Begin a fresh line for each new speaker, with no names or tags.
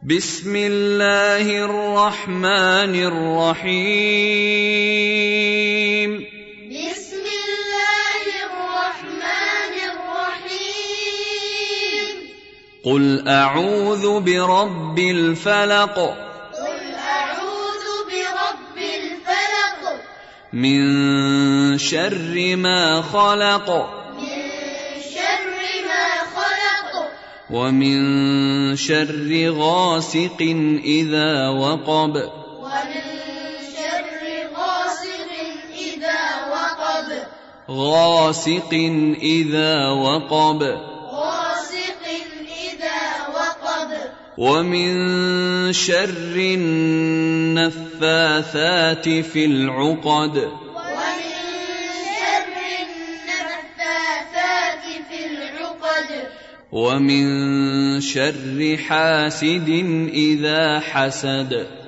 بسم الله الرحمن الرحيم
بسم الله الرحمن الرحيم
قل اعوذ برب الفلق
قل أعوذ برب الفلق
من شر ما خلق
من شر ما خلق
ومن شر غاسق اذا وقب
ومن شر غاسق إذا وقب
غاسق اذا وقب
غاسق إذا وقب
ومن شر النفاثات في العقد
ومن شر النفاثات في العقد
ومن شر حاسد اذا حسد